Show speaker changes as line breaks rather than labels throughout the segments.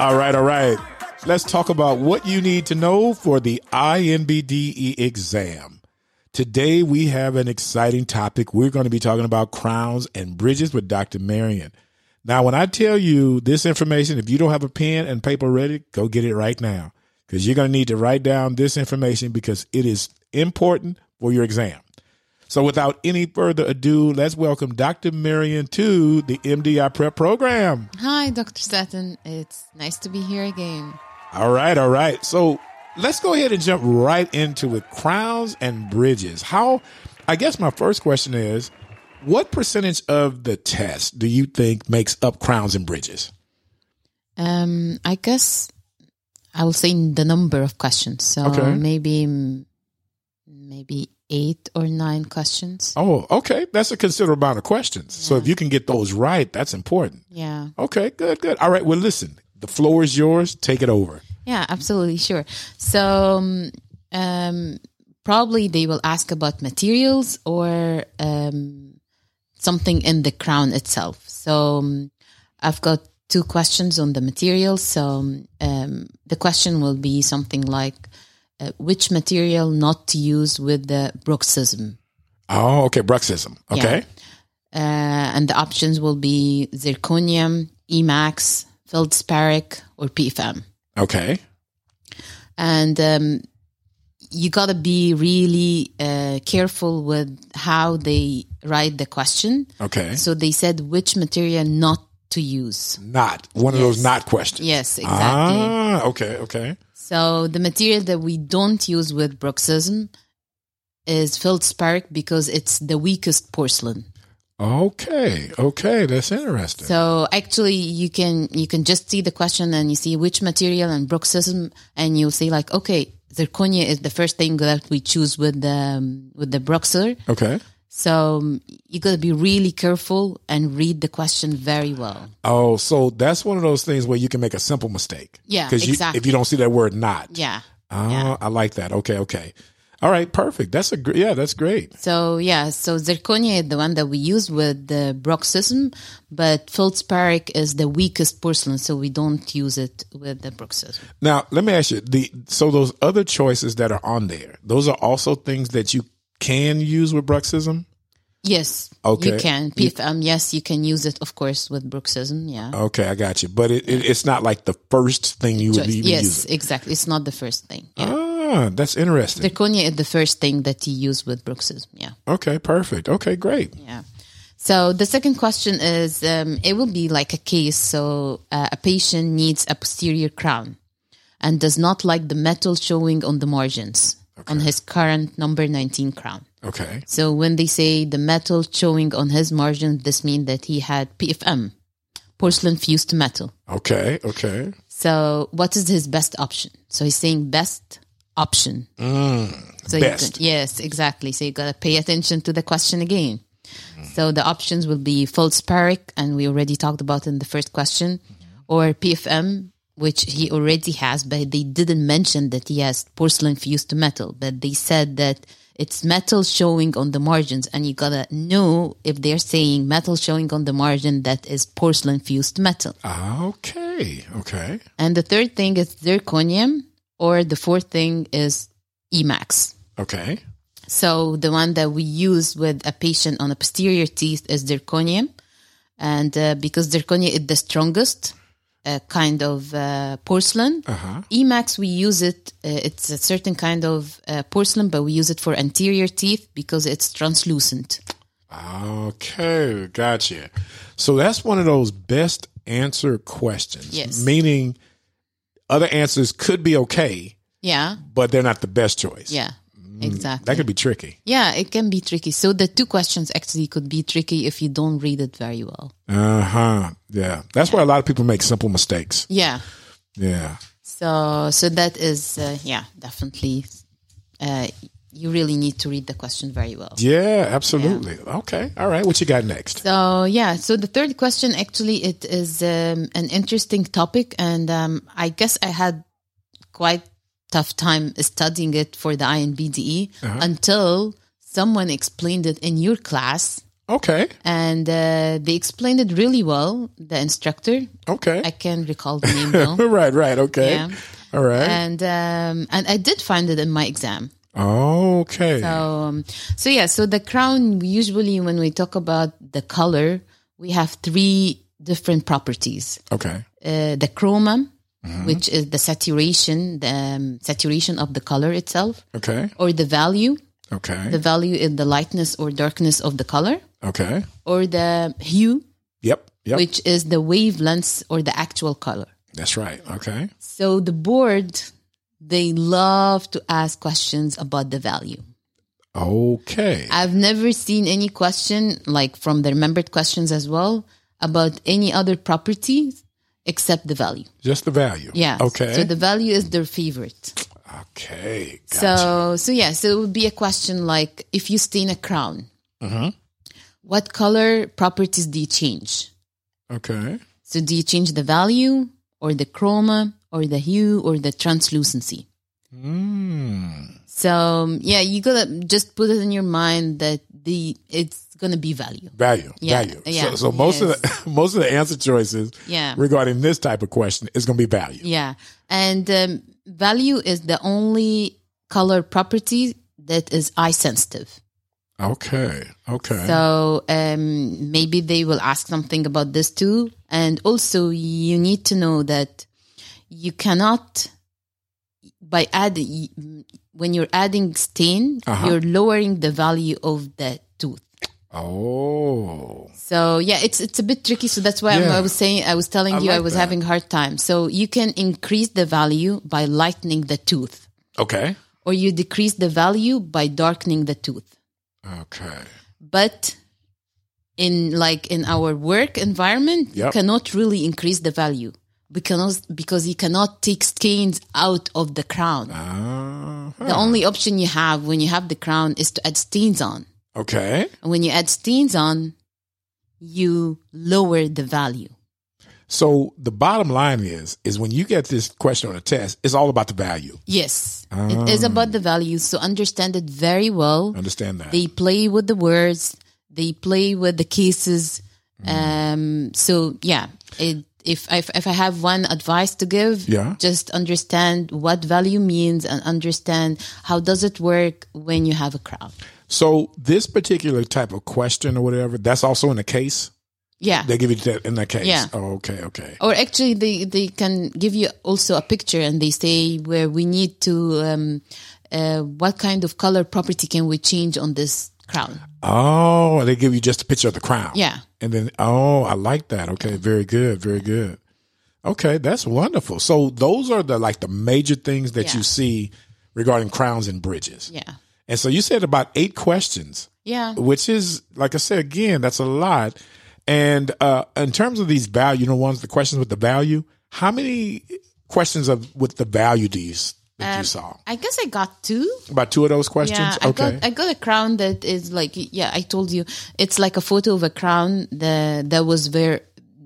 All right, all right. Let's talk about what you need to know for the INBDE E exam. Today we have an exciting topic. We're going to be talking about crowns and bridges with Dr. Marion. Now, when I tell you this information, if you don't have a pen and paper ready, go get it right now because you're going to need to write down this information because it is important for your exam. So, without any further ado, let's welcome Dr. Marion to the MDI Prep Program.
Hi, Dr. Staten. It's nice to be here again.
All right, all right. So let's go ahead and jump right into it. Crowns and bridges. How? I guess my first question is, what percentage of the test do you think makes up crowns and bridges?
Um, I guess I will say the number of questions. So
Okay.
maybe maybe eight or nine questions.
Oh, okay. That's a considerable amount of questions. So if you can get those right, that's important.
Yeah.
Okay, good, good. All right. Well, listen, the floor is yours. Take it over.
Yeah, absolutely, sure. So, um, um, probably they will ask about materials or um, something in the crown itself. So, um, I've got two questions on the materials. So, um, the question will be something like, uh, which material not to use with the bruxism?
Oh, okay. Bruxism. Okay.
Uh, and the options will be zirconium, Emax, feldsparic, or PFM.
Okay.
and um, you got to be really uh, careful with how they write the question.
Okay.
So they said which material not to use.
Not one of those not questions.
Yes, exactly.
Ah, okay, okay.
So the material that we don't use with bruxism is feldsparic because it's the weakest porcelain.
Okay, okay. That's interesting.
So actually, you can you can just see the question and you see which material and bruxism, and you'll see like okay, zirconia is the first thing that we choose with the um, with the bruxer.
okay.
So um, you got to be really careful and read the question very well.
Oh, so that's one of those things where you can make a simple mistake.
Yeah,
you,
exactly.
if you don't see that word not.
Yeah.
Oh, I like that. Okay, okay. All right, perfect. That's a gr- yeah, that's great.
So yeah, so zirconia is the one that we use with the bruxism, but feldsparic is the weakest porcelain, so we don't use it with the bruxism.
Now, let me ask you the so those other choices that are on there, those are also things that you can use with bruxism.
Yes,
Okay.
you can PFM. Yes, you can use it, of course, with bruxism. Yeah.
Okay, I got you. But it, it, it's not like the first thing you would
Choice.
be even
Yes,
using.
exactly. It's not the first thing. Yeah.
Ah, that's interesting.
Zirconia is the first thing that you use with bruxism. Yeah.
Okay, perfect. Okay, great.
Yeah. So the second question is um, it will be like a case. So uh, a patient needs a posterior crown and does not like the metal showing on the margins on his current number 19 crown.
Okay.
So when they say the metal showing on his margin, this means that he had PFM, porcelain fused to metal.
Okay. Okay.
So what is his best option? So he's saying best option. so you
best.
can- yes, exactly. So you gotta pay attention to the question again. So the options will be feldsparic, and we already talked about in the first question, or PFM, which he already has, but they didn't mention that he has porcelain fused to metal, but they said that it's metal showing on the margins, and you gotta know if they're saying metal showing on the margin that is porcelain fused to metal.
Okay. Okay.
And the third thing is zirconium, or the fourth thing is Emax.
Okay.
So the one that we use with a patient on a posterior teeth is zirconium, and uh, because zirconium is the strongest uh, kind of uh, porcelain, Emax we use it. Uh, it's a certain kind of uh, porcelain, but we use it for anterior teeth because it's translucent.
Okay, gotcha. So that's one of those best answer questions.
Yes.
Meaning other answers could be okay,
Yeah,
but they're not the best choice.
yeah, exactly.
That could be tricky.
yeah, it can be tricky. So the two questions actually could be tricky if you don't read it very well.
Uh huh. Yeah. That's why a lot of people make simple mistakes.
Yeah.
Yeah.
So, so that is, uh, yeah, definitely. Uh, you really need to read the question very well.
Yeah, absolutely. Okay. All right. What you got next?
So, yeah. So the third question, actually, it is um, an interesting topic, and um, I guess I had quite tough time studying E it for the INBDE until someone explained it in your class
Okay.
and uh, they explained it really well. The instructor,
Okay.
I can't recall the name now,
right. Right. Okay.
Yeah.
All right.
and um, and I did find it in my exam.
okay.
Um, so yeah, so the crown usually when we talk about the color, we have three different properties:
okay.
uh, the chroma, which is the saturation, the um, saturation of the color itself,
Okay.
or the value,
Okay.
the value in the lightness or darkness of the color,
okay.
or the hue,
Yep. Yep.
which is the wavelengths or the actual color.
That's right. Okay.
So the board, they love to ask questions about the value.
Okay.
I've never seen any question, like from the remembered questions as well, about any other properties except the value.
Just the value.
Yeah.
Okay.
So the value is their favorite.
okay. Got
So, so yeah, so it would be a question like if you stain a crown, what color properties do you change?
okay.
So do you change the value or the chroma or the hue or the translucency? So um, yeah, you gotta just put it in your mind that the it's gonna be value.
Value.
Yeah,
Value.
yeah,
so, so most of the most of the answer choices
Yeah.
regarding this type of question is going to be value.
Yeah, and um, value is the only color property that is eye sensitive.
Okay. Okay.
So um, maybe they will ask something about this too. And also, you need to know that you cannot by adding when you're adding stain,
Uh-huh.
you're lowering the value of the tooth.
oh.
So yeah, it's it's a bit tricky. So that's why I'm-
Yeah.
I was saying I was telling you I
like
was
that.
having a hard time. So you can increase the value by lightening the tooth,
Okay.
or you decrease the value by darkening the tooth.
Okay.
but in like in our work environment you
Yep.
cannot really increase the value because because you cannot take stains out of the crown
Uh,
the only option you have when you have the crown is to add stains on
okay.
and when you add stains on you lower the value
So the bottom line is, is when you get this question on a test, it's all about the value.
yes it is about the value so understand it very well
Understand that.
they play with the words they play with the cases
Mm.
um so yeah it, if, if if i have one advice to give
Yeah.
just understand what value means and understand how does it work when you have a crowd
so this particular type of question or whatever, that's also in the case.
yeah
They give you that in that case.
Yeah.
Oh, okay. Okay.
or actually they they can give you also a picture and they say where we need to um uh, what kind of color property can we change on this crown
Oh, they give you just a picture of the crown.
yeah
And then, oh, I like that. Okay. Very good. Very good. Okay. That's wonderful. So those are the, like the major things that
Yeah.
you see regarding crowns and bridges.
yeah Uh-huh.
And so you said about eight questions.
yeah
which is like I said again, that's a lot. And uh, in terms of these value, you know, ones the questions with the value, how many questions of with the value these that you saw?
i guess i got two
About two of those questions.
Um, Yeah, I
okay,
got I got a crown that is like yeah, I told you it's like a photo of a crown that that was very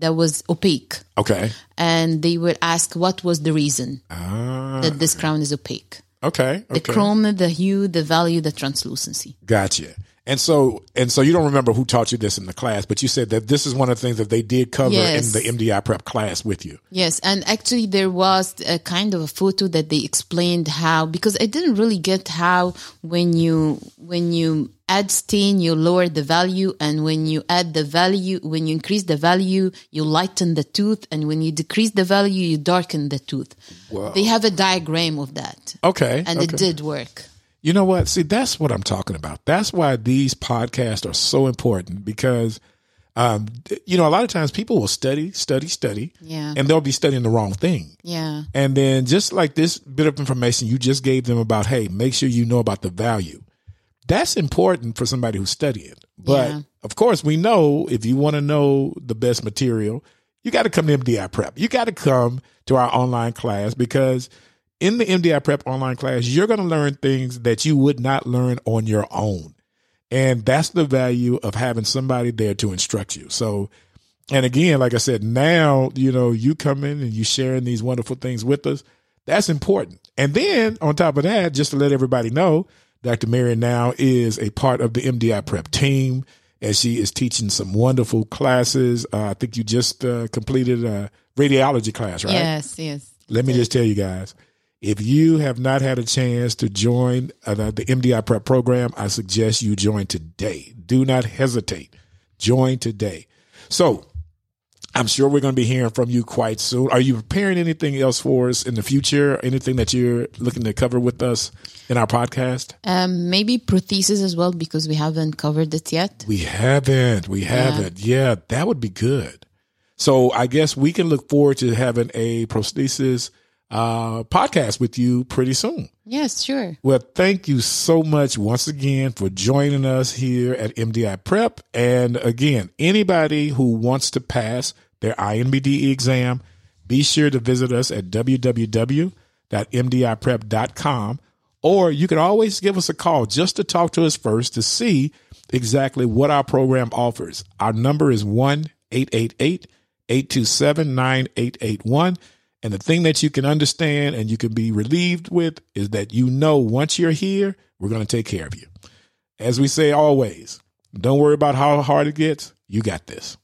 that was opaque,
okay,
and they would ask what was the reason
ah,
that this crown is opaque.
okay,
The
okay.
chroma, the hue, the value, the translucency.
Gotcha. And so, and so, you don't remember who taught you this in the class, but you said that this is one of the things that they did cover
Yes.
in the MDI prep class with you.
Yes, and actually there was a kind of a photo that they explained how because I didn't really get how when you when you add stain you lower the value and when you add the value when you increase the value you lighten the tooth and when you decrease the value you darken the tooth. They have a diagram of that.
Okay,
And
okay.
it did work.
You know what? See, that's what I'm talking about. That's why these podcasts are so important because, um, d- you know, a lot of times people will study, study, study,
Yeah.
and they'll be studying the wrong thing.
Yeah.
And then just like this bit of information you just gave them about, hey, make sure you know about the value. That's important for somebody who's studying. But
Yeah.
of course, we know if you want to know the best material, you got to come to MDI Prep. You got to come to our online class because in the MDI Prep online class, you're going to learn things that you would not learn on your own. And that's the value of having somebody there to instruct you. So, and again, like I said, now, you know, you come in and you sharing these wonderful things with us. That's important. And then on top of that, just to let everybody know, Dr. Mary now is a part of the MDI prep team. and she is teaching some wonderful classes. Uh, I think you just uh, completed a radiology class, right?
Yes, yes.
Let me just tell you guys if you have not had a chance to join uh, the, the MDI prep program, I suggest you join today. Do not hesitate. Join today. So, I'm sure we're going to be hearing from you quite soon. Are you preparing anything else for us in the future? Anything that you're looking to cover with us in our podcast?
Um, maybe prothesis as well because we haven't covered it yet.
We haven't. We haven't. Yeah, that would be good. So I guess we can look forward to having a prosthesis uh, podcast with you pretty soon.
Yes, sure.
Well, thank you so much once again for joining us here at MDI Prep. And again, anybody who wants to pass their INBDE exam, be sure to visit us at www.mdiprep.com. Or you can always give us a call just to talk to us first to see exactly what our program offers. Our number is 1 888 827 9881. And the thing that you can understand and you can be relieved with is that you know once you're here, we're going to take care of you. As we say always, don't worry about how hard it gets. You got this.